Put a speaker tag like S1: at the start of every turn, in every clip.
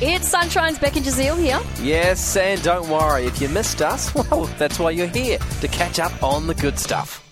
S1: It's Sunshine's Becky Jazeel here.
S2: Yes, and don't worry, if you missed us, well, that's why you're here, to catch up on the good stuff.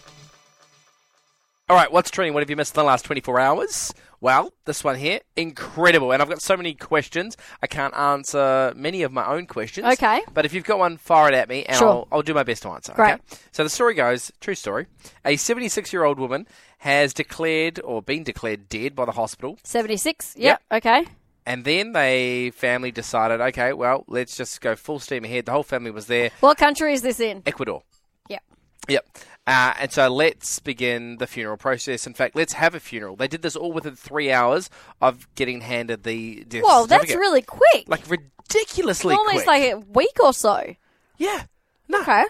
S2: All right, what's trending? What have you missed in the last 24 hours? Well, this one here, incredible. And I've got so many questions, I can't answer many of my own questions.
S1: Okay.
S2: But if you've got one, fire it at me, and
S1: Sure.
S2: I'll, I'll do my best to answer.
S1: Great.
S2: Okay? So the story goes true story. A 76 year old woman has declared or been declared dead by the hospital
S1: 76. Yep. Okay.
S2: and then they family decided, okay, well, let's just go full steam ahead. The whole family was there.
S1: What country is this in?
S2: Ecuador.
S1: Yep.
S2: Yep. Uh, and so let's begin the funeral process. In fact, let's have a funeral. They did this all within three hours of getting handed the death
S1: Whoa, that's
S2: certificate.
S1: really quick.
S2: like ridiculously
S1: Almost
S2: quick.
S1: like a week or so.
S2: yeah. No.
S1: Okay.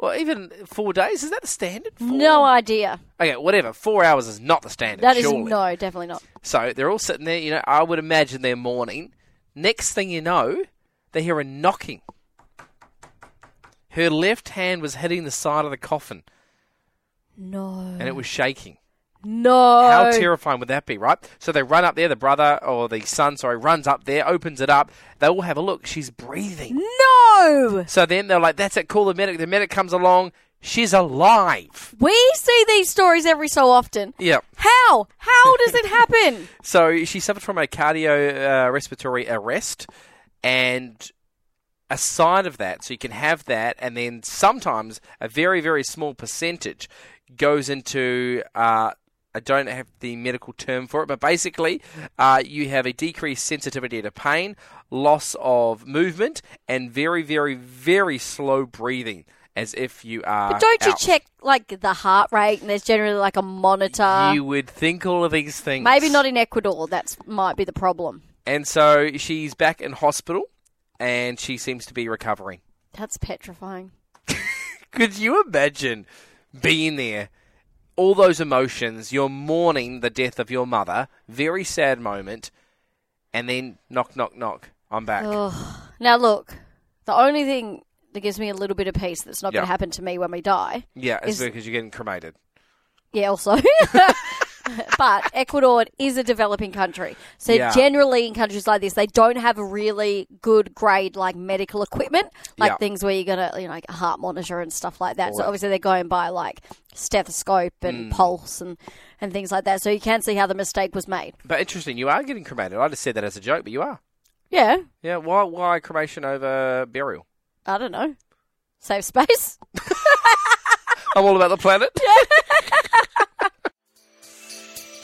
S2: Well, even four days is that the standard? Four?
S1: No idea.
S2: Okay, whatever. Four hours is not the standard.
S1: That is
S2: surely.
S1: no, definitely not.
S2: So they're all sitting there, you know, I would imagine they're mourning. Next thing you know, they hear a knocking. Her left hand was hitting the side of the coffin
S1: No.
S2: and it was shaking.
S1: No.
S2: How terrifying would that be, right? So they run up there, the brother or the son, sorry, runs up there, opens it up. They all have a look. She's breathing.
S1: no.
S2: So then they're like, that's it, call the medic. The medic comes along. She's alive.
S1: We see these stories every so often.
S2: Yeah.
S1: How? How does it happen?
S2: So she suffered from a cardio uh, respiratory arrest, and a side of that, so you can have that, and then sometimes a very very small percentage goes into. Uh, I don't have the medical term for it, but basically, uh, you have a decreased sensitivity to pain, loss of movement, and very, very, very slow breathing, as if you are.
S1: But don't you
S2: out.
S1: check like the heart rate and there's generally like a monitor?
S2: You would think all of these things.
S1: uh, Maybe not in Ecuador. That's might be the problem.
S2: And so she's back in hospital and she seems to be recovering.
S1: That's petrifying.
S2: Could you imagine being there? All those emotions, you're mourning the death of your mother, very sad moment, and then knock, knock, knock, I'm back.
S1: Now look, the only thing that gives me a little bit of peace that's not going
S2: Yeah.
S1: to happen to me when we die.
S2: yeah, it's
S1: is-
S2: because you're getting cremated.
S1: Yeah, also. but Ecuador is a developing country. So
S2: Yeah.
S1: generally in countries like this, they don't have really good grade like medical equipment, like
S2: Yeah.
S1: things where you're going to, you know, like a heart monitor and stuff like that. so
S2: Right.
S1: obviously they're going by like stethoscope
S2: Mm.
S1: and pulse and and things like that. So you can see how the mistake was made.
S2: But interesting, you are getting cremated. I just said that as a joke, but you are.
S1: Yeah,
S2: Yeah, why, why cremation over burial?
S1: I don't know. Save space.
S2: I'm all about the planet.